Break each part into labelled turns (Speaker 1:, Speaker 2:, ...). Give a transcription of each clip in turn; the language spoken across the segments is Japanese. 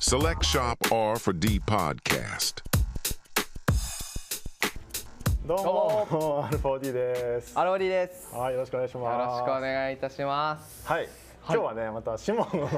Speaker 1: Select Shop R for D podcast.
Speaker 2: どうも R4D です。
Speaker 3: アローリーです。よ
Speaker 2: はい、よろしくお願いします。
Speaker 3: ろしくお願いいたします。
Speaker 2: はい、今日はね、またシモン のね、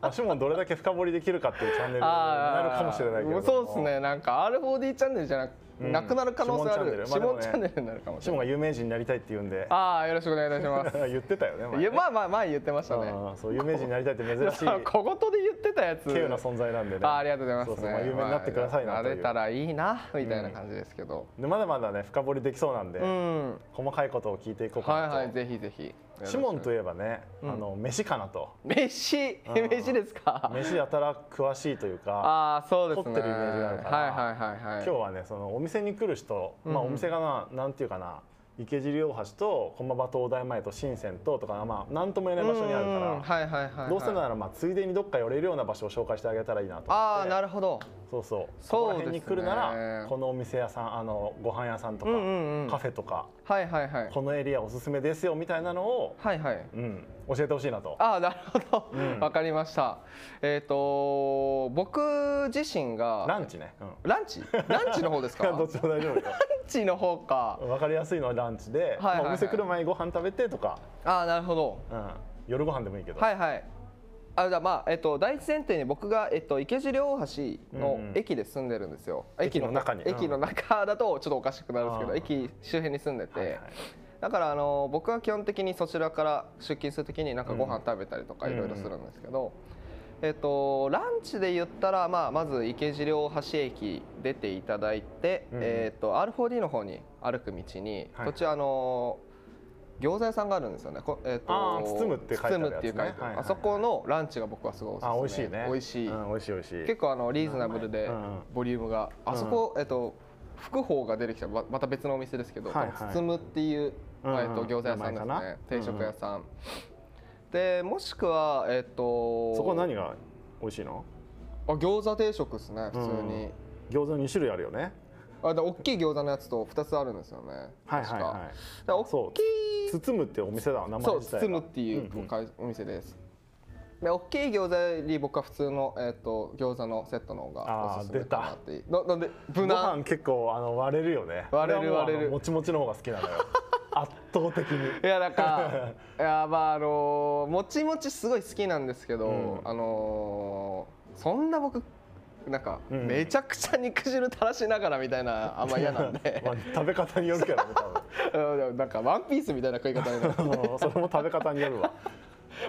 Speaker 2: まあシモンどれだけ深掘りできるかっていうチャンネルになるかもしれないけ
Speaker 3: も
Speaker 2: ど、
Speaker 3: うそうです。ね。なんか R4D チャンネルじゃなく、なくなる可能性ある。
Speaker 2: シ
Speaker 3: 指
Speaker 2: モ
Speaker 3: 紋
Speaker 2: ン
Speaker 3: チ
Speaker 2: チ
Speaker 3: ャ
Speaker 2: ャ
Speaker 3: ン
Speaker 2: ン
Speaker 3: ネ
Speaker 2: ネ
Speaker 3: ルになるかもし
Speaker 2: シ
Speaker 3: れ
Speaker 2: モン
Speaker 3: ない。
Speaker 2: が有名人になりたいって言うんで、
Speaker 3: ああ、よろしくお願いいたします。
Speaker 2: 言ってたよね。前
Speaker 3: い
Speaker 2: ね
Speaker 3: や、まあまあ前言ってましたね。
Speaker 2: うんそう有名人になりたいって珍しい
Speaker 3: 小言で言ってたやつ。
Speaker 2: 稀有な存在なんでね。
Speaker 3: ああ、ありがとうございます、ね
Speaker 2: そうそうまあ有名になってくださいな
Speaker 3: ま
Speaker 2: と
Speaker 3: あな
Speaker 2: いう。
Speaker 3: れたらいいなみたいな感じですけど。
Speaker 2: でまだまだね深掘りできそうなんで、
Speaker 3: うん。
Speaker 2: 細かいことを聞いていこうか
Speaker 3: は
Speaker 2: ないと。
Speaker 3: はい、ぜひぜひ。
Speaker 2: シモンとい
Speaker 3: いう。
Speaker 2: えばね、あの飯かなと。
Speaker 3: 飯、飯ですか。
Speaker 2: 飯やたら詳しいというか。
Speaker 3: ああ、そうですね。
Speaker 2: 凝ってるイメージがあるから
Speaker 3: はいはいはいはい。
Speaker 2: 今日はねそのお店に来る人、まあ、お店がななんていうかな池尻大橋と駒場灯台前と新鮮ととか、まあ、なんとも言えない場所にあるから、
Speaker 3: うんはいはいはいはい、
Speaker 2: どうせならまあついでにどっか寄れるような場所を紹介してあげたらいいなと
Speaker 3: ああな
Speaker 2: る
Speaker 3: るほど
Speaker 2: そうそう
Speaker 3: そう
Speaker 2: こら辺に来るな
Speaker 3: です
Speaker 2: ら
Speaker 3: ね
Speaker 2: このお店屋さんあのご飯屋さんとか、
Speaker 3: うんうんうん
Speaker 2: カフェとか
Speaker 3: はいはいはい
Speaker 2: このエリアおすすめですよみたいなのを、
Speaker 3: はいはい
Speaker 2: うん、教えてほしいなと。
Speaker 3: ああなるほど、わかりましたえっ、と僕自身が
Speaker 2: ランチね、うん
Speaker 3: ランチランチの方です か
Speaker 2: どっちも大丈夫よ
Speaker 3: ランチの方か
Speaker 2: 分かりやすいのはランチで、
Speaker 3: はいはいはい
Speaker 2: まあ、お店来る前にご飯食べてとか、
Speaker 3: ああなるほど
Speaker 2: うん、夜ご飯でもいいけど、
Speaker 3: はいはいあじゃあまあえっ、と第一前提に僕が、えっと池尻大橋の
Speaker 2: うんうん
Speaker 3: 駅で住んでるんですよ、
Speaker 2: 駅の中にうん
Speaker 3: 駅の中だとちょっとおかしくなるんですけ
Speaker 2: あ
Speaker 3: ど
Speaker 2: ー
Speaker 3: 駅周辺に住んでて、
Speaker 2: はいはい
Speaker 3: だからあの僕は基本的にそちらから出勤するときになんかご飯食べたりとか
Speaker 2: うん
Speaker 3: いろいろするんですけど、えっとランチで言ったらまあまず池尻大橋駅出ていただいて、
Speaker 2: うん
Speaker 3: えっと R4D の方に歩く道に、
Speaker 2: はい
Speaker 3: こっちあの餃子屋さんがあるんですよね。こえっ
Speaker 2: あー
Speaker 3: と
Speaker 2: 包むって書いてあるやつね
Speaker 3: 包むっていう書いてある
Speaker 2: はいはいはい
Speaker 3: あそこのランチが僕はすごいおすす
Speaker 2: あ
Speaker 3: め。
Speaker 2: 美味しいね
Speaker 3: 美味しい。
Speaker 2: うん、美味しい美味しい
Speaker 3: 結構あのリーズナブルで
Speaker 2: うんうん
Speaker 3: ボリュームが、あそこ、えっと福宝が出てきたままた別のお店ですけど、
Speaker 2: はいはい
Speaker 3: 包むっていう、
Speaker 2: うんうん
Speaker 3: えっと餃子
Speaker 2: 名
Speaker 3: 屋さんです
Speaker 2: 前かな
Speaker 3: ね定食屋さん、でもしくはえっと
Speaker 2: そこは何が美味しいの
Speaker 3: あ餃子定食ですね普通
Speaker 2: う
Speaker 3: に、
Speaker 2: ん餃子2種類あるよね
Speaker 3: あだ大きい餃子のやつと2つあるんですよね
Speaker 2: はい
Speaker 3: 確
Speaker 2: はい
Speaker 3: か
Speaker 2: は
Speaker 3: だから
Speaker 2: いそ
Speaker 3: 大
Speaker 2: う
Speaker 3: きい
Speaker 2: 包むってお店だわ名前
Speaker 3: そう
Speaker 2: 自体が
Speaker 3: 包むっていうおかいお店です、で大きい餃子より僕は普通の、えっと餃子のセットの方がおすすめかなっていうななんで無
Speaker 2: ご
Speaker 3: 難
Speaker 2: 飯結構あの割れるよね
Speaker 3: 割れる
Speaker 2: 俺はもう
Speaker 3: 割れる
Speaker 2: あのもちもちの方が好きなのよ圧倒的に
Speaker 3: いやな んかいやまああのーもちもちすごい好きなんですけど、
Speaker 2: うん
Speaker 3: あのーそんな僕なんか、
Speaker 2: うん
Speaker 3: めちゃくちゃ肉汁垂らしながらみたいなあんま嫌なんで
Speaker 2: まあ食べ方によるけどね
Speaker 3: うんなんかワンピースみたいな食い方になる
Speaker 2: 多分うんそれも食べ方によるわ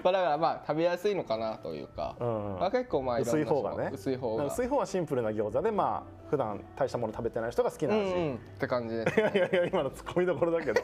Speaker 3: まあだからまあ食べやすいのかなというか、
Speaker 2: うん
Speaker 3: まあ、結構まあいろ
Speaker 2: 薄
Speaker 3: んない
Speaker 2: 方がね
Speaker 3: 薄い方
Speaker 2: なん
Speaker 3: が
Speaker 2: か薄い方はシンプルな餃子でまあ普段大したもの食べてない人が好きな
Speaker 3: う
Speaker 2: 味、
Speaker 3: んうんって感じ です
Speaker 2: いやいやいや今のツッコミどころだけ ど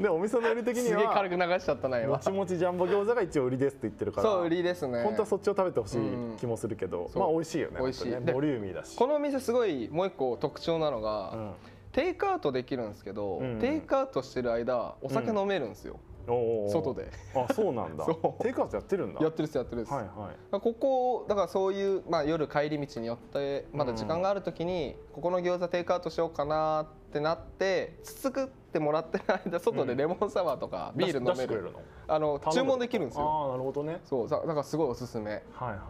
Speaker 2: でお店の売り的に
Speaker 3: すげえ軽
Speaker 2: は
Speaker 3: く流しちゃったな
Speaker 2: も
Speaker 3: 今
Speaker 2: ちもちジャンボ餃子が一応売りですって言ってるから
Speaker 3: そう売りですね
Speaker 2: 本当はそっちを食べてほしい気もするけど、
Speaker 3: うん
Speaker 2: まあ美味しいよね
Speaker 3: 美味しい
Speaker 2: 本当にね
Speaker 3: で
Speaker 2: ボリューミーだし
Speaker 3: このお店すごいもう一個特徴なのが、
Speaker 2: うん
Speaker 3: テイクアウトできるんですけど、
Speaker 2: うんうん
Speaker 3: テイクアウトしてる間お酒飲めるんですよ、
Speaker 2: おー
Speaker 3: 外で
Speaker 2: あそうなんだ
Speaker 3: そう
Speaker 2: テイクアウトやってるんだ
Speaker 3: やってるっすやってるっす、
Speaker 2: はいはい
Speaker 3: ここだからそういう、まあ、夜帰り道に寄ってまだ時間がある時に、ここの餃子テイクアウトしようかなってなってつつくってもらってる間外でレモンサワーとかビール飲
Speaker 2: 出し
Speaker 3: め
Speaker 2: てくれ
Speaker 3: る,、
Speaker 2: るの
Speaker 3: あの
Speaker 2: 頼む
Speaker 3: 注文できるんですよ
Speaker 2: ああなるほどね
Speaker 3: そうだだからすごいおすすめ
Speaker 2: はいはいはい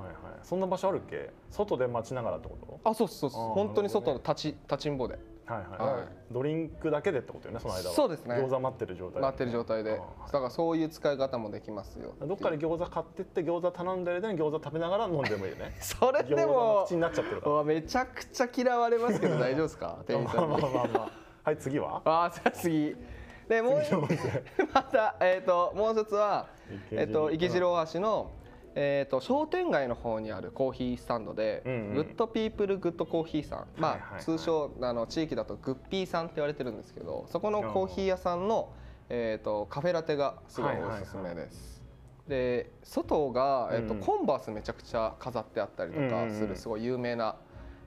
Speaker 2: そんな場所あるっけ外で待ちながらってこ
Speaker 3: あそうそうそう
Speaker 2: あー
Speaker 3: 本当に
Speaker 2: な
Speaker 3: 外
Speaker 2: る
Speaker 3: の立ち立ちんぼで
Speaker 2: とはいはい、
Speaker 3: はい
Speaker 2: ドリンクだけでってことよねその間は
Speaker 3: そうですね
Speaker 2: 餃子待ってる状態
Speaker 3: なってる状態で、
Speaker 2: あーはい
Speaker 3: だからそういう使い方もできますよ
Speaker 2: どっかで餃子買ってって餃子頼んでる間に餃子食べながら飲んでもいいよね
Speaker 3: それ
Speaker 2: 餃
Speaker 3: で
Speaker 2: 子の
Speaker 3: も
Speaker 2: 口になっちゃってるか
Speaker 3: うわめちゃくちゃ嫌われま すけど大丈夫ですか
Speaker 2: ら
Speaker 3: 店員
Speaker 2: ま
Speaker 3: さ
Speaker 2: あ
Speaker 3: ん
Speaker 2: まあ
Speaker 3: に
Speaker 2: まあまあはい次は
Speaker 3: ああじゃあ次でもう一 またえっ、ともう一つは
Speaker 2: 池尻
Speaker 3: えっ、と池尻大橋の、えー、と商店街の方にあるコーヒースタンドで、
Speaker 2: うんうん
Speaker 3: グッドピープルグッドコーヒーさん、まあ
Speaker 2: はいはいはい
Speaker 3: 通称あの地域だとグッピーさんって言われてるんですけどそこのコーヒー屋さんの、えー、とカフェラテがすごいおすすめです。で外が、えっと
Speaker 2: うん
Speaker 3: コンバースめちゃくちゃ飾ってあったりと
Speaker 2: うんうんう
Speaker 3: か
Speaker 2: ん
Speaker 3: するすごい有名な、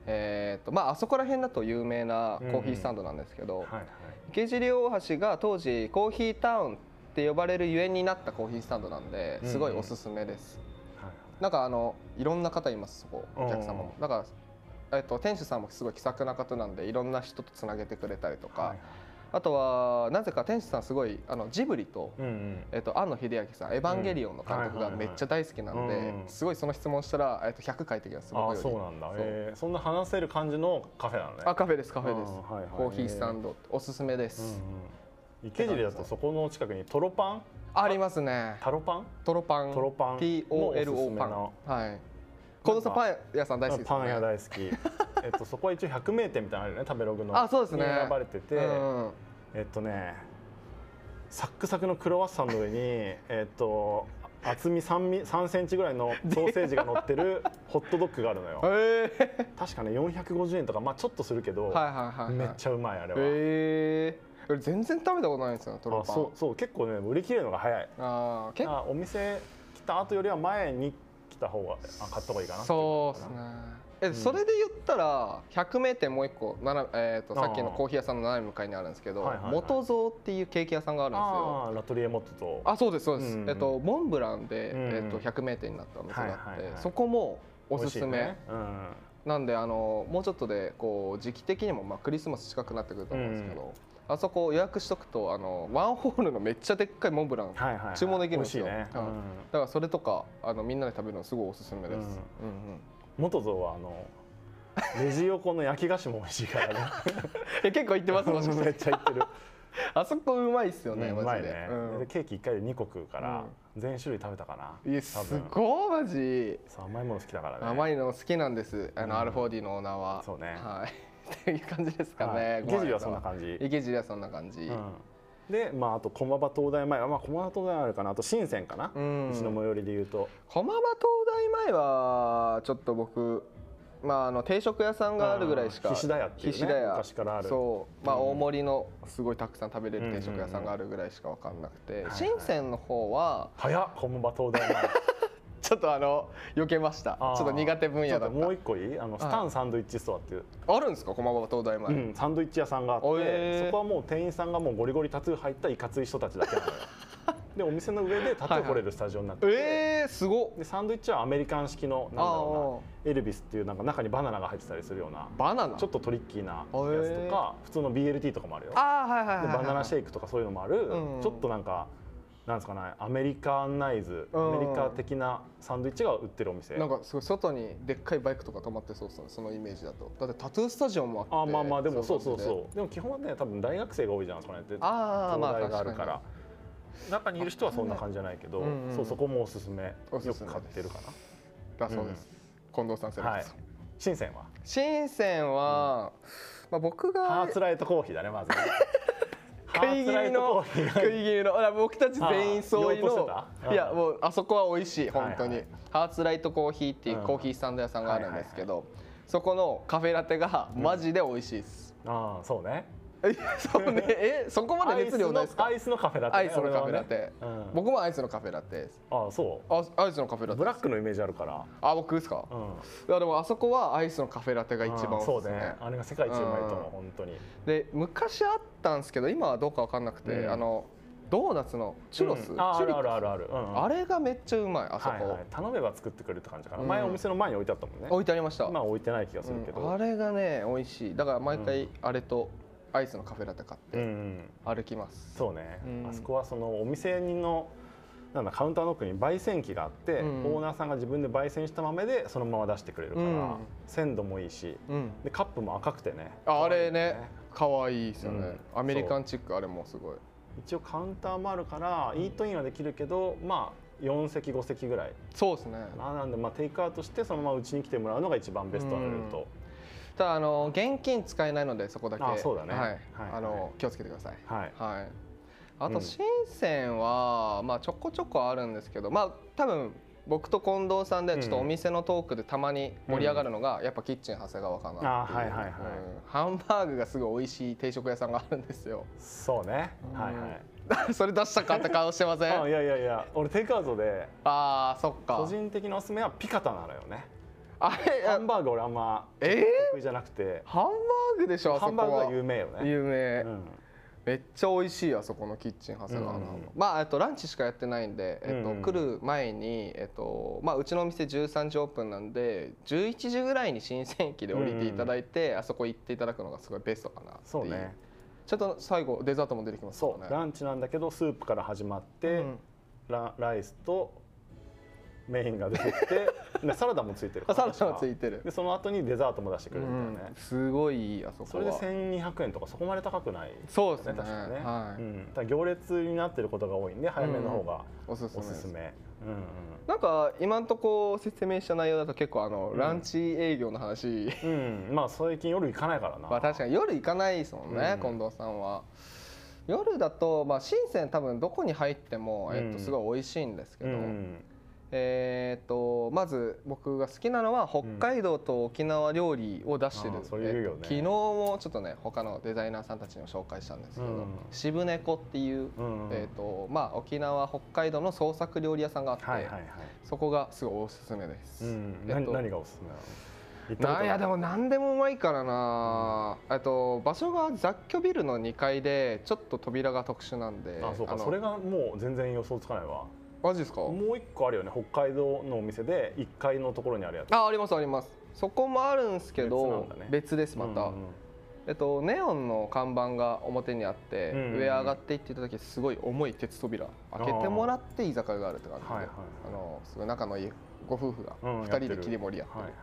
Speaker 3: えっとまああそこら辺だと有名なコーヒースタンドなんですけど、
Speaker 2: はいはい
Speaker 3: 池尻大橋が当時コーヒータウンって呼ばれるゆえんになったコーヒースタンドなんで
Speaker 2: うん
Speaker 3: すごいおすすめです、
Speaker 2: はい
Speaker 3: なんかあのいろんな方いますそこお客様も
Speaker 2: う
Speaker 3: だから、えっと、店主さんもすごい気さくな方なんでいろんな人とつなげてくれたりとか、
Speaker 2: はいはい
Speaker 3: ああとはなぜか天使さんすごいあのジブリと,、
Speaker 2: うんうん
Speaker 3: えっと庵野秀明さん「エヴァンゲリオン」の監
Speaker 2: うん
Speaker 3: 督
Speaker 2: はいはい
Speaker 3: が
Speaker 2: はい
Speaker 3: めっちゃ大好きなので、
Speaker 2: うんうん
Speaker 3: すごいその質問したら、えっと、100回ってきます
Speaker 2: あ
Speaker 3: 僕
Speaker 2: あ
Speaker 3: より
Speaker 2: そうなんだ
Speaker 3: そう
Speaker 2: えーそんな話せる感じのカフェなのね
Speaker 3: あカフェですカフェです、
Speaker 2: あーはいはい
Speaker 3: コーヒースタンドおすすめです、
Speaker 2: うんうん池尻だとそこの近くにトロパン
Speaker 3: ありますね
Speaker 2: タロパン
Speaker 3: トロパン
Speaker 2: トロパン
Speaker 3: TOLO パ
Speaker 2: もうおす
Speaker 3: ンはい近藤さんパン屋さん大好きですよ
Speaker 2: パン
Speaker 3: ね
Speaker 2: 屋大好 きえっとそこは一応100名店みたいなのあるよね食べログの
Speaker 3: あそうです
Speaker 2: に
Speaker 3: ね
Speaker 2: 選ばれてて、
Speaker 3: うん
Speaker 2: えっとねサックサクのクロワッサンの上に えっと厚み 3, ミ3センチぐらいのソーセージが乗って るホットドッグがあるのよ
Speaker 3: ええ
Speaker 2: 確かね450円とかまあちょっとするけど、
Speaker 3: はいはいはいはい
Speaker 2: めっちゃうまいあれは、
Speaker 3: ええ俺全然食べたことないんですよトロ
Speaker 2: あ
Speaker 3: パン
Speaker 2: そうそう結構ね売り切れるのが早い
Speaker 3: あー結構
Speaker 2: あお店来た後よりは前に来た方があ買った方がいいかな
Speaker 3: そうです
Speaker 2: ってい
Speaker 3: ね
Speaker 2: のか
Speaker 3: えそれで言ったら100名店もう一個なな、えー、と
Speaker 2: あー
Speaker 3: さっきのコーヒー屋さんの斜め向かいにあるんですけど、
Speaker 2: はいはいはい
Speaker 3: 元蔵っていうケーキ屋さんがあるん
Speaker 2: な
Speaker 3: ですよ
Speaker 2: あーラトリエモットと
Speaker 3: あそうですそうです、
Speaker 2: うんうん
Speaker 3: えっとモンブランで、
Speaker 2: うんうん
Speaker 3: えっと100名店になったお店があって、
Speaker 2: はいはいはい
Speaker 3: そこもおすす
Speaker 2: 美味
Speaker 3: め、
Speaker 2: しいねうん
Speaker 3: なんであのもうちょっとでこう時期的にもまあクリスマス近くなってくると思うんですけど、あそこを予約しとくとあのワンホールのめっちゃでっかいモンブラン、だか
Speaker 2: はいはいはい、
Speaker 3: 注文できるんですよ
Speaker 2: 美味しいね、
Speaker 3: はいらそれとかあのみんなで食べるのすごいおすすめです、うんうん
Speaker 2: 元蔵はあのレジ横の焼き菓子も美味しいからね
Speaker 3: え結構行ってますもしかし
Speaker 2: めってちゃ行ってる
Speaker 3: あ そこうまいっすよね、
Speaker 2: うんうま
Speaker 3: マジ
Speaker 2: い
Speaker 3: で
Speaker 2: ね、
Speaker 3: うん
Speaker 2: でケーキ1回で2個食うから、全種類食べたかない
Speaker 3: やすごいマジ
Speaker 2: そう甘いもの好きだからね
Speaker 3: 甘
Speaker 2: い
Speaker 3: いの好きなんですあの、
Speaker 2: うん
Speaker 3: R4D のオーナーは
Speaker 2: そうね
Speaker 3: はい っていう感じですかね、
Speaker 2: はい、池尻はそんな
Speaker 3: じ
Speaker 2: 感じ、
Speaker 3: 池尻はそんな感じ、
Speaker 2: うん、でまああと駒場東大前はまあ駒場東大あるかなあと新鮮かな、
Speaker 3: う
Speaker 2: うんちの最寄りで言うと
Speaker 3: 駒場東大前はちょっと僕まああの定食屋さんがあるぐらいしか
Speaker 2: あー菱田屋っていうね
Speaker 3: 菱田屋
Speaker 2: 昔からある
Speaker 3: そうまあ
Speaker 2: うん
Speaker 3: 大盛りのすごいたくさん食べれる定食屋さんがあるぐらいしか分かんなくて
Speaker 2: はい
Speaker 3: 深センの方は
Speaker 2: 早っ駒場東大前
Speaker 3: ちょっとあの避けましたちょ
Speaker 2: あー
Speaker 3: っと苦手分野
Speaker 2: ちょ
Speaker 3: だ
Speaker 2: っともう
Speaker 3: っ
Speaker 2: 一個いいあの
Speaker 3: い
Speaker 2: スタンサンドイッチストアっていう、
Speaker 3: たあるんですか駒場東大前、
Speaker 2: うん、サンドイッチ屋さんがあって、
Speaker 3: おえー
Speaker 2: そこはもう店員さんがもうゴリゴリタトゥー入ったいかつい人たちだけな のよでお店の上でタトゥー掘れるスタジオになってて、
Speaker 3: えー、すごっ
Speaker 2: でサンドイッチはアメリカン式のなんだろうなエルビスっていうなんか中にバナナが入ってたりするような
Speaker 3: バナナ
Speaker 2: ちょっとトリッキーなやつとか、普通の BLT とかもあるよ
Speaker 3: あーはいはいは
Speaker 2: で
Speaker 3: いはい、
Speaker 2: バナナシェイクとかそういうのもある、
Speaker 3: うん
Speaker 2: ちょっとなんかなんですかねアメリカンナイズ、
Speaker 3: うん
Speaker 2: アメリカ的なサンドイッチが売ってるお店
Speaker 3: なんかすごい外にでっかいバイクとか止まってそうっすねそのイメージだとだってタトゥースタジオもあって
Speaker 2: あまあまあでもそう
Speaker 3: い
Speaker 2: そ
Speaker 3: 感
Speaker 2: う
Speaker 3: じで
Speaker 2: そうでも基本はね多分大学生が多いじゃないですかねって
Speaker 3: あーまあ
Speaker 2: 東大がある
Speaker 3: 確
Speaker 2: か
Speaker 3: かに
Speaker 2: ら中にいる人はそんな感じじゃないけど、
Speaker 3: うんうん
Speaker 2: そうそこもおすすめ
Speaker 3: おすすめです
Speaker 2: よく買ってるか
Speaker 3: だそうです、近藤さんセレ
Speaker 2: な
Speaker 3: ブ
Speaker 2: は
Speaker 3: で
Speaker 2: い
Speaker 3: す、
Speaker 2: 深センは
Speaker 3: 深センは、まあ、僕
Speaker 2: ハ
Speaker 3: が
Speaker 2: ーツライトコーヒーだねまずね ハーツライトコーヒーが
Speaker 3: 食い気味の食い気味のあ僕たち全員そう
Speaker 2: あ
Speaker 3: いう
Speaker 2: ー言おうと
Speaker 3: の
Speaker 2: してた
Speaker 3: いやもうあそこは美味しい本当
Speaker 2: は
Speaker 3: に、
Speaker 2: いはい
Speaker 3: ハーツライトコーヒーっていう
Speaker 2: うん
Speaker 3: コーヒースタンド屋さんがあるんですけど、そこのカフェラテがマジで美味しいです、
Speaker 2: ああそうね
Speaker 3: えそ うねえそこまで熱量ないですか
Speaker 2: アイスのアイスのカフェラテ、ね、
Speaker 3: アイスのカフェラテ、
Speaker 2: 俺はねうん、
Speaker 3: 僕もアイスのカフェラテです
Speaker 2: ああそ
Speaker 3: あアイスのカフェ
Speaker 2: う
Speaker 3: ラテ
Speaker 2: ブラックのイメージあるから
Speaker 3: あ僕ですか、
Speaker 2: うん
Speaker 3: いやでもあそこはアイスのカフェラテが一番
Speaker 2: あ
Speaker 3: お
Speaker 2: ー
Speaker 3: す
Speaker 2: そう
Speaker 3: すめ、
Speaker 2: ねあれが世界一うまいと思
Speaker 3: う
Speaker 2: うん本当に
Speaker 3: で昔あったんですけど今はどうかわかんなくて、
Speaker 2: うん
Speaker 3: あのドーナツのチュロス、
Speaker 2: うんあー
Speaker 3: チ
Speaker 2: あ
Speaker 3: ュリ
Speaker 2: る
Speaker 3: ッ
Speaker 2: あ
Speaker 3: プ
Speaker 2: るあるある、うんうん
Speaker 3: あれがめっちゃうまいあそこ、
Speaker 2: はいはい、頼めば作ってくれるって感じかな、
Speaker 3: うん
Speaker 2: 前お店の前に置いてあったもんね
Speaker 3: 置いてありました、
Speaker 2: 今は置いてない気がするけど、
Speaker 3: うんあれがね美味しいだから毎
Speaker 2: う
Speaker 3: 回あれとアイスのカフェラテ買っ
Speaker 2: うんう
Speaker 3: て
Speaker 2: ん
Speaker 3: 歩きます、
Speaker 2: そうね、
Speaker 3: うん
Speaker 2: あそこはそのお店のなんだカウンターの奥に焙煎機があって、
Speaker 3: うん
Speaker 2: オーナーさんが自分で焙煎した豆でそのまま出してくれるから、
Speaker 3: うん
Speaker 2: 鮮度もいいし
Speaker 3: うん
Speaker 2: でカップも赤くてね
Speaker 3: ああ
Speaker 2: 可
Speaker 3: れ
Speaker 2: 愛い
Speaker 3: ね可愛いですよね、
Speaker 2: うん
Speaker 3: アメリカンチックあれもすごい
Speaker 2: 一応カウンターもあるからイートインはできるけどまあ4席5席ぐらい
Speaker 3: そうですね
Speaker 2: かななんでまあテイクアウトしてそのままうちに来てもらうのが一番ベストなルート、
Speaker 3: ただあの現金使えないのでそこだけ
Speaker 2: あそうだね
Speaker 3: はい
Speaker 2: はい
Speaker 3: あ
Speaker 2: はい
Speaker 3: の気をつけてください
Speaker 2: はい
Speaker 3: はいあ
Speaker 2: う
Speaker 3: と
Speaker 2: ん
Speaker 3: 深センは、まあ、ちょこちょこあるんですけどまあ多分僕と近藤さんでちょっと
Speaker 2: うん
Speaker 3: お店のトークでたまに盛り上がるのが、やっぱキッチン長谷川かなってう
Speaker 2: あはいはいはい
Speaker 3: うんハンバーグがすごい美味しい定食屋さんがあるんですよ
Speaker 2: そうね、
Speaker 3: うん
Speaker 2: はいはい
Speaker 3: それ出したかって顔してません
Speaker 2: あいやいやいや俺テイクアウトで
Speaker 3: あーそっ
Speaker 2: 個
Speaker 3: か
Speaker 2: 人的なおすすめはピカタなのよね
Speaker 3: あれ
Speaker 2: ハンバーグ俺あんま
Speaker 3: えー
Speaker 2: 得意じゃなくて、
Speaker 3: ハンバーグでしょあそこ
Speaker 2: ハ
Speaker 3: は
Speaker 2: ンバーグは有名よね、
Speaker 3: 有名
Speaker 2: うん、
Speaker 3: めっちゃ美味しいあそこのキッチン長谷川の、
Speaker 2: うんうんうん
Speaker 3: まあえっとランチしかやってないんで、えっと
Speaker 2: うんうん
Speaker 3: 来る前に、えっとまあ、うちのお店13時オープンなんで11時ぐらいに新鮮駅で降りていただいて、あそこ行っていただくのがすごいベストかなっていう
Speaker 2: そうね
Speaker 3: ちょっと最後デザートも出てきますか
Speaker 2: そう、
Speaker 3: らね
Speaker 2: ランチなんだけどスープから始まって、
Speaker 3: うん
Speaker 2: ラライスとメインが出てき てでサラダもついてるか
Speaker 3: あ サ
Speaker 2: ら
Speaker 3: ラダもついてる
Speaker 2: でその後にデザートも出してくれるんだよね、
Speaker 3: すごいいいあそこは
Speaker 2: それで1200円とかそこまで高くない
Speaker 3: そうですね
Speaker 2: 確かね、
Speaker 3: はい
Speaker 2: うん、ただ行列になってることが多いんで早めの方が
Speaker 3: おすす
Speaker 2: お
Speaker 3: めですす
Speaker 2: すめ、うんうん
Speaker 3: なんか今んとこ説明した内容だと結構あの、
Speaker 2: ん
Speaker 3: ランチ営業の話
Speaker 2: うん、まあ最近夜行かないからな、
Speaker 3: まあ確かに夜行かないですもんね、
Speaker 2: うん
Speaker 3: 近藤さんは夜だとまあ深セン多分どこに入っても、えっ
Speaker 2: う
Speaker 3: と、
Speaker 2: ん
Speaker 3: すごい美味しいんですけ
Speaker 2: う
Speaker 3: ど、
Speaker 2: ん、
Speaker 3: えーっとまず僕が好きなのは北海道と沖縄料理を出してる、
Speaker 2: あーそれ言うよね
Speaker 3: えっと昨日もちょっとね他のデザイナーさんたちにも紹介したんですけど、
Speaker 2: うん
Speaker 3: 渋猫っていう、
Speaker 2: うん
Speaker 3: えーっとまあ、沖縄北海道の創作料理屋さんがあって、
Speaker 2: はいはいはい、
Speaker 3: そこがすごいおすすめで
Speaker 2: う
Speaker 3: す。
Speaker 2: ん
Speaker 3: えっ
Speaker 2: な
Speaker 3: と
Speaker 2: 何がおすすめなの行ったこと
Speaker 3: な
Speaker 2: ないい
Speaker 3: やでも何でもうまいからな、えっと場所が雑居ビルの2階でちょっと扉が特殊なんであ
Speaker 2: あそうか
Speaker 3: の
Speaker 2: それがもう全然予想つかないわ
Speaker 3: マジですか
Speaker 2: もう一個あるよね北海道のお店で1階のところにあるやつ
Speaker 3: あありますありますそこもあるんですけど
Speaker 2: 別なんだね
Speaker 3: ですまた、
Speaker 2: うんうん
Speaker 3: えっと、ネオンの看板が表にあって、
Speaker 2: うんうんうん
Speaker 3: 上上がっていってた時すごい重い鉄扉開けてもらって居酒屋があるって感じであ,、
Speaker 2: はいはいはい
Speaker 3: のすごい仲のいいご夫婦が
Speaker 2: うん
Speaker 3: 2
Speaker 2: やって
Speaker 3: 人
Speaker 2: る
Speaker 3: で切り盛りやってる
Speaker 2: はいはい、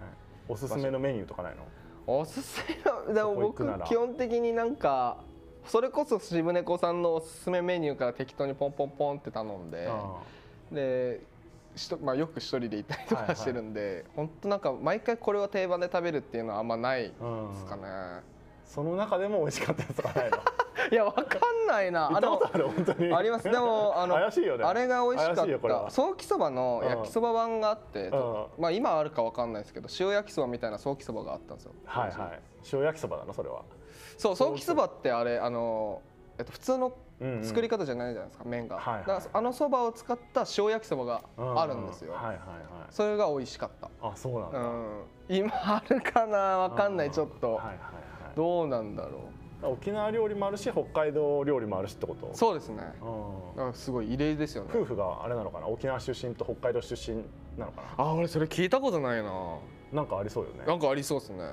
Speaker 2: おすすめのメニューとかないの
Speaker 3: おすすめのでも
Speaker 2: そこ行く
Speaker 3: 僕
Speaker 2: なら
Speaker 3: 基本的になんかそれこそ渋猫さんのおすすめメニューから適当にポンポンポンって頼んで
Speaker 2: あ
Speaker 3: でしとまあ、よく一人で行ったりと
Speaker 2: はいは
Speaker 3: か
Speaker 2: い
Speaker 3: してるんで、本当なんか毎回これを定番で食べるっていうのはあんまない
Speaker 2: あうん
Speaker 3: ですかね、
Speaker 2: その中でも美味しかったやつとか ないの
Speaker 3: いやわかんないな
Speaker 2: 行ったことある本当
Speaker 3: で
Speaker 2: に
Speaker 3: もありますでもあの
Speaker 2: 怪しいよね
Speaker 3: あれが美味しか
Speaker 2: 怪しいよこれ
Speaker 3: った
Speaker 2: は
Speaker 3: ソーキそばの焼きそば版があって、と
Speaker 2: う
Speaker 3: まあ、今あるかわかんないですけど塩焼きそばみたいなソーキそばがあったんですよ
Speaker 2: はいはい塩焼きそばなのそれは
Speaker 3: そうソーキそばってあれあの、えっと、普通の
Speaker 2: うんうん
Speaker 3: 作り方じゃないじゃないですか、麺が、
Speaker 2: はいはい
Speaker 3: だからあのそばを使った塩焼きそばがあるんですよ、
Speaker 2: はいはいはい
Speaker 3: それが美味しかった、
Speaker 2: あそうなん
Speaker 3: う
Speaker 2: だ、
Speaker 3: ん、今あるかなわかんないちょっ
Speaker 2: は
Speaker 3: と、
Speaker 2: いはいはい
Speaker 3: どうなんだろ
Speaker 2: 沖縄料理もあるし北海道料理もあるしってこと
Speaker 3: うそうですね
Speaker 2: う、ん
Speaker 3: だからすごい異例ですよね
Speaker 2: 夫婦があれなのかな沖縄出身と北海道出身なのか
Speaker 3: あ俺それ聞いたことないな
Speaker 2: ななんかありそうよね
Speaker 3: なんかありそうですね
Speaker 2: うん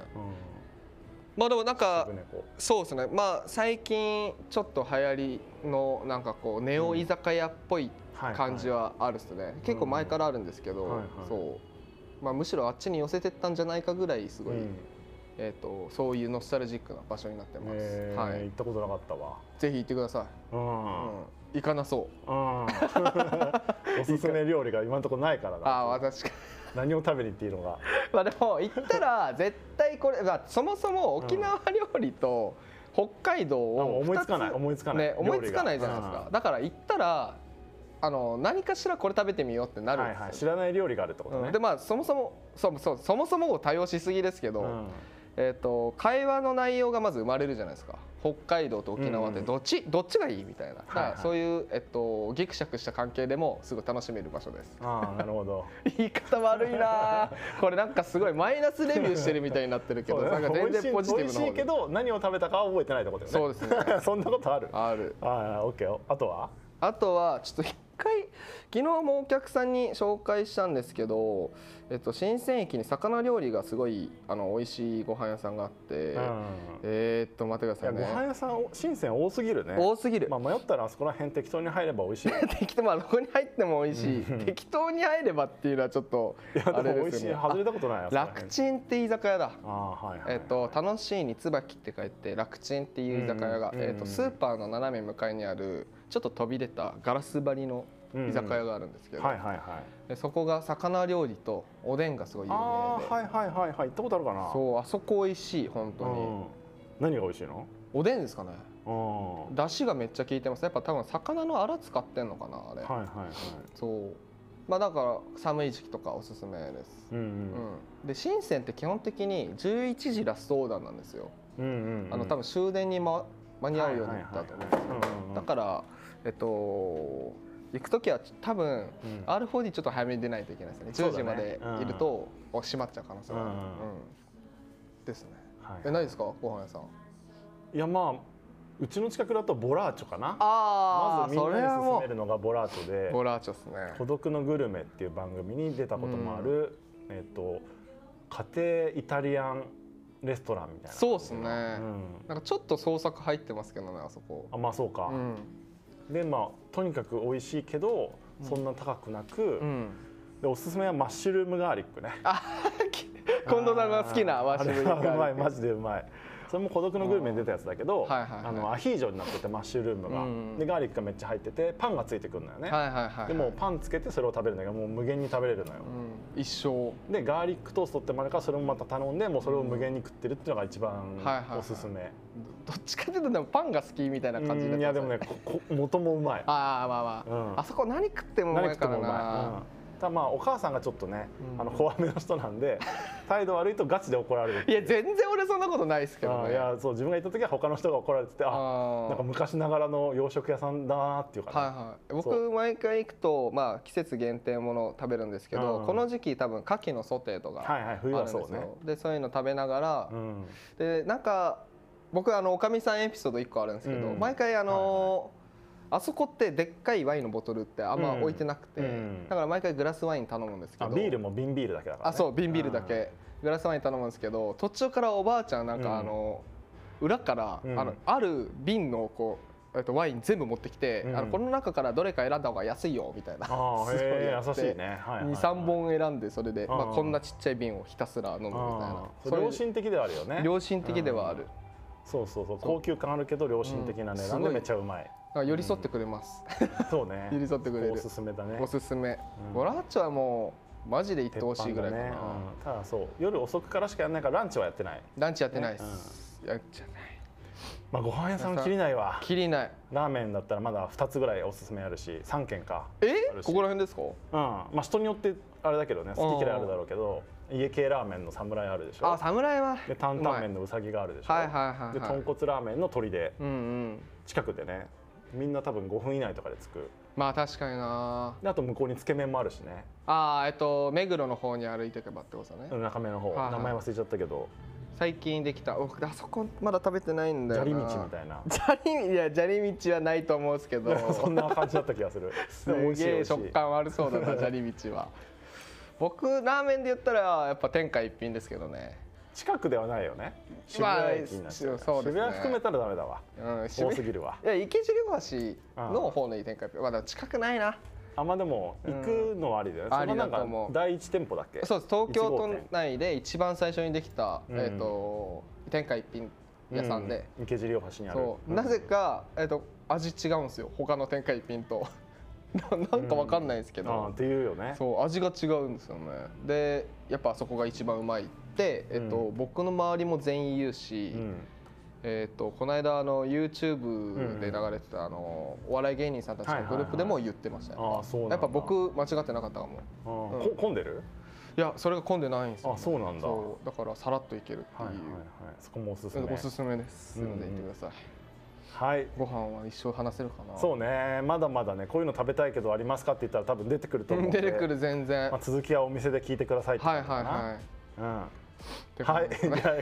Speaker 3: まあでもなんか
Speaker 2: 渋猫
Speaker 3: そうですねまあ最近ちょっと流行りのなんかこうネオ居酒屋っぽい
Speaker 2: はい
Speaker 3: 感じはあるっすね、結構前からあるんですけど、
Speaker 2: うんはいはい
Speaker 3: そう、まあ、むしろあっちに寄せてったんじゃないかぐらいすごい、
Speaker 2: うん
Speaker 3: えー、とそういうノスタルジックな場所になってます、
Speaker 2: えー
Speaker 3: は
Speaker 2: 行
Speaker 3: い
Speaker 2: っ、たことなかったわ
Speaker 3: ぜひ行ってください、うん
Speaker 2: う、
Speaker 3: 行かなそうん
Speaker 2: うん、おすすめ料理が今のところないから
Speaker 3: あ
Speaker 2: な
Speaker 3: あ私か
Speaker 2: 何を食べに行っていいのが
Speaker 3: まあでも行っ たら絶対これ、まあ、そもそも沖縄料理と北海道
Speaker 2: あも
Speaker 3: を
Speaker 2: う思い
Speaker 3: 二
Speaker 2: つかない思いつかない
Speaker 3: ね、思いつかないじゃないです
Speaker 2: 料理
Speaker 3: か
Speaker 2: が
Speaker 3: だから行ったらあの何かしらこれ食べてみようってな
Speaker 2: う
Speaker 3: る
Speaker 2: ん
Speaker 3: ん
Speaker 2: は
Speaker 3: で
Speaker 2: い
Speaker 3: すよ
Speaker 2: はい知らない料理があるってこと
Speaker 3: う
Speaker 2: ね
Speaker 3: んでまあそもそもそうそうそもそもを多用しすぎですけど、
Speaker 2: うん
Speaker 3: えー、と会話の内容がまず生まれるじゃないですか北海道と沖縄っ
Speaker 2: うん
Speaker 3: て
Speaker 2: うん
Speaker 3: どっち,、どっちがいいみたいな、だから
Speaker 2: はいはい
Speaker 3: そういう、えっと、ギクシャクした関係でもすぐ楽しめる場 所です
Speaker 2: ああなるほど
Speaker 3: 言い方悪いなあ これなんかすごいマイナスレビューしてるみたいになってるけ
Speaker 2: そ
Speaker 3: ど
Speaker 2: う
Speaker 3: なんか
Speaker 2: 美
Speaker 3: 全
Speaker 2: 味し
Speaker 3: 然ポジ
Speaker 2: い
Speaker 3: テ
Speaker 2: 美
Speaker 3: ィ
Speaker 2: 味
Speaker 3: ブ
Speaker 2: し
Speaker 3: の方
Speaker 2: いけど何を食べたかは覚えてないってことよね
Speaker 3: そうですね
Speaker 2: そんなことある
Speaker 3: ある
Speaker 2: ああ OK あとは
Speaker 3: あとはちょっと一回昨日もお客さんに紹介したんですけど、えっと、新鮮駅に魚料理がすごいあの美味しいご飯屋さんがあって、
Speaker 2: うん
Speaker 3: えーっと待ってく
Speaker 2: い
Speaker 3: だ
Speaker 2: や
Speaker 3: さい
Speaker 2: ご飯
Speaker 3: ね
Speaker 2: 屋さん深セン多すぎるね
Speaker 3: 多すぎる、
Speaker 2: まあ迷ったらあそこら辺適当に入れば美味 しいい
Speaker 3: 適当まあどこに入っても美味しい適当に入ればっていうのはちょっとあ
Speaker 2: やでも美
Speaker 3: れで
Speaker 2: 味
Speaker 3: す
Speaker 2: しい
Speaker 3: よね
Speaker 2: 外れたことないよそこら辺
Speaker 3: 楽ちんって居酒屋だ
Speaker 2: ああはいはい
Speaker 3: えっと、楽しいに椿って書いて楽ちんっていう居酒屋が、
Speaker 2: うんうん
Speaker 3: えっと、スーパーの斜め向かいにあるちょっと飛び出たガラス張りの居酒屋があるんですけど、
Speaker 2: はいはいはい
Speaker 3: でそこが魚料理とおでんがすごい有名で
Speaker 2: ああーはいはいはいはい行ったことあるかな
Speaker 3: そうあそこ美味しい本当に、
Speaker 2: うん何が美味しいの
Speaker 3: おでんですかね
Speaker 2: うん
Speaker 3: 出汁がめっちゃ効いてますやっぱ多分魚のアラ使ってんのかなあれ、
Speaker 2: はいはいはい
Speaker 3: そうまあだから寒い時期とかおすすめです、
Speaker 2: うん
Speaker 3: うんで深センって基本的に11時ラストオーダーなんですよ、
Speaker 2: うんうんうん
Speaker 3: あの多分終電に、ま、間に合うようになったと思うんですけど、
Speaker 2: はいはいはいうんうんうん
Speaker 3: だからえっと行く時は多分
Speaker 2: うん
Speaker 3: R4D ちょっと早めに出ないといけないですね
Speaker 2: そう
Speaker 3: 10
Speaker 2: だ
Speaker 3: 時
Speaker 2: ね
Speaker 3: までいると、お閉まっちゃう可能性がある、
Speaker 2: うんうん
Speaker 3: うんですね
Speaker 2: はい
Speaker 3: えないですかご飯屋さん
Speaker 2: いやまあうちの近くだとボラーチョかな
Speaker 3: あ
Speaker 2: まずみんなに勧めるのがボラーチョで
Speaker 3: ボラーチョですね
Speaker 2: 「孤独のグルメ」っていう番組に出たこともある、えっと家庭イタリアンレストランみたいな
Speaker 3: そうっすね
Speaker 2: うん
Speaker 3: なんかちょっと創作入ってますけどねあそこ
Speaker 2: あまあそうか、
Speaker 3: うん
Speaker 2: でまあとにかく美味しいけど
Speaker 3: うん
Speaker 2: そんな高くなく、
Speaker 3: うん
Speaker 2: でおすすめはマッシュルームガーリックね
Speaker 3: 近藤さんが好きなマッシュルーム
Speaker 2: あれはうまい
Speaker 3: ガーリッ
Speaker 2: マジでうまいそれも孤独のグルメに出たやつだけど、
Speaker 3: はいはいはい
Speaker 2: あのアヒージョになっててマッシュルームが、
Speaker 3: うん
Speaker 2: でガーリックがめっちゃ入っててパンがついてくるのよね、
Speaker 3: クはいはいはいはい
Speaker 2: でもうパンつけてそれを食べるんだけどもう無限に食べれるのよ、
Speaker 3: うん一生
Speaker 2: でガーリックトーストってもあるからそれもまた頼んでもうそれを無限に食ってるっていうのが一番
Speaker 3: はいはいはい
Speaker 2: おすすめ、
Speaker 3: どっちかというとでもパンが好きみたいな感じに
Speaker 2: う
Speaker 3: な
Speaker 2: んいや
Speaker 3: ってます
Speaker 2: でもねこ こ元もうまい
Speaker 3: ああまあまあ、
Speaker 2: うん
Speaker 3: あそこ何食ってもうま
Speaker 2: 何
Speaker 3: い
Speaker 2: 食って
Speaker 3: から
Speaker 2: もうまい、うん
Speaker 3: な、
Speaker 2: ただまあお母さんがちょっとね、
Speaker 3: うん
Speaker 2: あの怖めの人なん で態度悪いとガチで怒られる
Speaker 3: いや全然俺そんなことないですけど
Speaker 2: あ
Speaker 3: ね
Speaker 2: いやそう自分が行った時は他の人が怒られててあ
Speaker 3: あー
Speaker 2: なんか昔ながらの洋食屋さんだなっていうかね、
Speaker 3: はいはい、
Speaker 2: そ
Speaker 3: 僕毎回行くと、まあ、季節限定もの食べるんですけど、
Speaker 2: うん
Speaker 3: この時期多分牡蠣のソテーとかあ
Speaker 2: はいはい
Speaker 3: る
Speaker 2: 冬
Speaker 3: ん
Speaker 2: は
Speaker 3: です
Speaker 2: そ
Speaker 3: よ
Speaker 2: うね
Speaker 3: でそういうの食べながら、
Speaker 2: うん
Speaker 3: でなんか僕あのおかみさんエピソード1個あるんですけど、
Speaker 2: うん
Speaker 3: 毎回あのあそこってでっかいワインのボトルってあんま置いてなくて、
Speaker 2: うん
Speaker 3: だから毎回グラスワイン頼むんですけ
Speaker 2: あ
Speaker 3: ど
Speaker 2: ビールも瓶ビールだけだから、ね、
Speaker 3: あそう瓶ビールだけグラスワイン頼むんですけど途中からおばあちゃんなん
Speaker 2: うん
Speaker 3: かあの、裏から、
Speaker 2: うん
Speaker 3: あのある瓶のこうえっとワイン全部持ってきて、
Speaker 2: うん
Speaker 3: あのこの中からどれか選んだ方が安いよみたいな
Speaker 2: うん あーへえ
Speaker 3: や
Speaker 2: 優
Speaker 3: っ
Speaker 2: していね、はいはいはい、
Speaker 3: 23本選んでそれで、まあ、
Speaker 2: うん
Speaker 3: こんなちっちゃい瓶をひたすら飲むみたい
Speaker 2: あ
Speaker 3: な
Speaker 2: ー
Speaker 3: それ
Speaker 2: 良心的ではあるよね
Speaker 3: 良心的ではある、
Speaker 2: うんそうそうそう高級感あるけど良心的な値
Speaker 3: うんす
Speaker 2: 段
Speaker 3: ご
Speaker 2: で
Speaker 3: い
Speaker 2: めっちゃうまい、
Speaker 3: だから寄り添ってくれます、
Speaker 2: そう ね
Speaker 3: 寄り添ってくれる
Speaker 2: おすすめだね
Speaker 3: おすすめ、
Speaker 2: うん
Speaker 3: ボラッチョはもうマジで行って
Speaker 2: 鉄
Speaker 3: ほ
Speaker 2: 板
Speaker 3: しいぐらいかな、
Speaker 2: だね、うんただそう夜遅くからしかやらないからランチはやってない
Speaker 3: ランチやってないです、やっちゃない
Speaker 2: まあご飯屋さん切りないわ
Speaker 3: きりない
Speaker 2: ラーメンだったらまだ2つぐらいおすすめあるし3軒かあ
Speaker 3: え
Speaker 2: るし
Speaker 3: ここら辺ですか
Speaker 2: うんまあ人によってあれだけどね好き嫌いあるだろうけど家系ラーメンの侍あるでしょ
Speaker 3: あ侍は
Speaker 2: で担々麺
Speaker 3: う
Speaker 2: のうさぎがあるでしょ
Speaker 3: まいはいはいはいはい
Speaker 2: で豚骨ラーメンの鳥で
Speaker 3: まいうんうん
Speaker 2: 近くでねみんな多分5分以内とかで着く
Speaker 3: まあ確かにな
Speaker 2: であと向こうにつけ麺もあるしね
Speaker 3: あーえっと目黒の方に歩いていけばってことだね、
Speaker 2: 中目の方
Speaker 3: はいはい
Speaker 2: 名前忘れちゃったけど
Speaker 3: 最近できた僕あそこまだ食べてないんだ
Speaker 2: 砂
Speaker 3: よ
Speaker 2: 利道
Speaker 3: な
Speaker 2: みたいな
Speaker 3: 砂利道いや砂利道はないと思うんですけど
Speaker 2: そんな感じだった気がする
Speaker 3: すげえ食感悪そうだな砂利道は僕ラーメンで言ったらやっぱ天下一品ですけどね
Speaker 2: 近くではないよね渋
Speaker 3: まあ
Speaker 2: 谷駅になっちゃうから
Speaker 3: そうですね
Speaker 2: 渋谷含めたらダメだわ
Speaker 3: うん渋
Speaker 2: 多
Speaker 3: 谷
Speaker 2: すぎるわ
Speaker 3: いや池尻橋の方の天下一品まあでも近くないな
Speaker 2: あまあでも行くのはありだよね、
Speaker 3: うん
Speaker 2: そのな
Speaker 3: ありだと
Speaker 2: ん
Speaker 3: 思
Speaker 2: か
Speaker 3: う
Speaker 2: 第一店舗だっけ
Speaker 3: そうです東京
Speaker 2: 1号
Speaker 3: 都
Speaker 2: 店
Speaker 3: 内で一番最初にできた、
Speaker 2: うん
Speaker 3: えっと天下一品屋さんで、、
Speaker 2: う池尻大橋にある
Speaker 3: そう、
Speaker 2: ん
Speaker 3: なぜか、えっと味違うんですよ他の天下一品と ななんかわかんないですけ
Speaker 2: あーっ
Speaker 3: ど、
Speaker 2: ていうよね
Speaker 3: そう味が違うんですよねでやっぱあそこが一番うまいって、えっと
Speaker 2: う
Speaker 3: 僕の周りも全員言うし、
Speaker 2: ん、
Speaker 3: えっとこの間あの YouTube で流れてた、あのお笑い芸人さんたちのグループでも言ってました、ね
Speaker 2: はいはいはいあーそうなんだ
Speaker 3: やっぱ僕間違ってなかったかも
Speaker 2: あー
Speaker 3: う
Speaker 2: こ
Speaker 3: ん
Speaker 2: 混んでる
Speaker 3: いやそれが混んでないんですよ、
Speaker 2: あそうなんだ
Speaker 3: そうだからさらっといけるって
Speaker 2: は
Speaker 3: いう、
Speaker 2: いはいはいそこもおすすめ
Speaker 3: おすすめです
Speaker 2: うん
Speaker 3: なので行ってください、
Speaker 2: はい
Speaker 3: ご飯は一生話せるかな
Speaker 2: そうねまだまだねこういうの食べたいけどありますかって言ったら多分出てくると思う
Speaker 3: うんん
Speaker 2: で
Speaker 3: 出てくる全然、
Speaker 2: まあ、続きはお店で聞いてくださいって
Speaker 3: はい
Speaker 2: 感じかな、はい、
Speaker 3: はいはい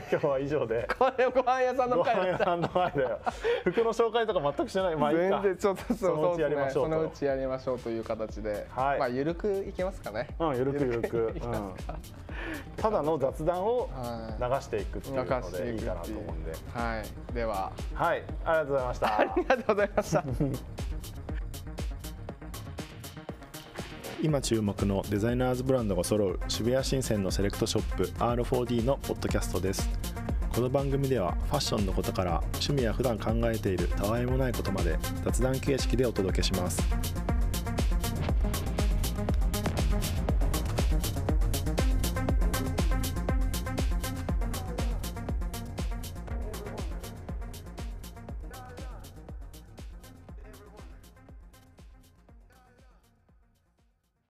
Speaker 2: うん、はいじゃあ今日は以上で
Speaker 3: これ ご飯屋さんの
Speaker 2: ご
Speaker 3: 会
Speaker 2: 飯
Speaker 3: だっ
Speaker 2: 屋
Speaker 3: た
Speaker 2: さんの前だよ服の紹介とか全くしてないまあいいか
Speaker 3: 全然ちょっとそう
Speaker 2: そのうち
Speaker 3: そ
Speaker 2: や
Speaker 3: う
Speaker 2: り
Speaker 3: です
Speaker 2: ま
Speaker 3: ね
Speaker 2: しょう
Speaker 3: そ
Speaker 2: と
Speaker 3: のうちやりましょうという形で、
Speaker 2: はい
Speaker 3: まあゆるくいけますかね、
Speaker 2: うん、ゆるくゆるく、
Speaker 3: ゆる
Speaker 2: う
Speaker 3: くい
Speaker 2: ん
Speaker 3: きます、
Speaker 2: ただの雑談を
Speaker 3: はい
Speaker 2: 流していくっていう
Speaker 3: 任
Speaker 2: の
Speaker 3: せて
Speaker 2: でいい
Speaker 3: く
Speaker 2: かな
Speaker 3: っ
Speaker 2: と
Speaker 3: ていう
Speaker 2: 思うんで、
Speaker 3: はいでは
Speaker 2: はい、ありがとうございました。
Speaker 3: ありがとうございました
Speaker 4: 今注目のデザイナーズブランドが揃う渋谷新鮮のセレクトショップ R4D のポッドキャストですこの番組ではファッションのことから趣味や普段考えているたわいもないことまで雑談形式でお届けします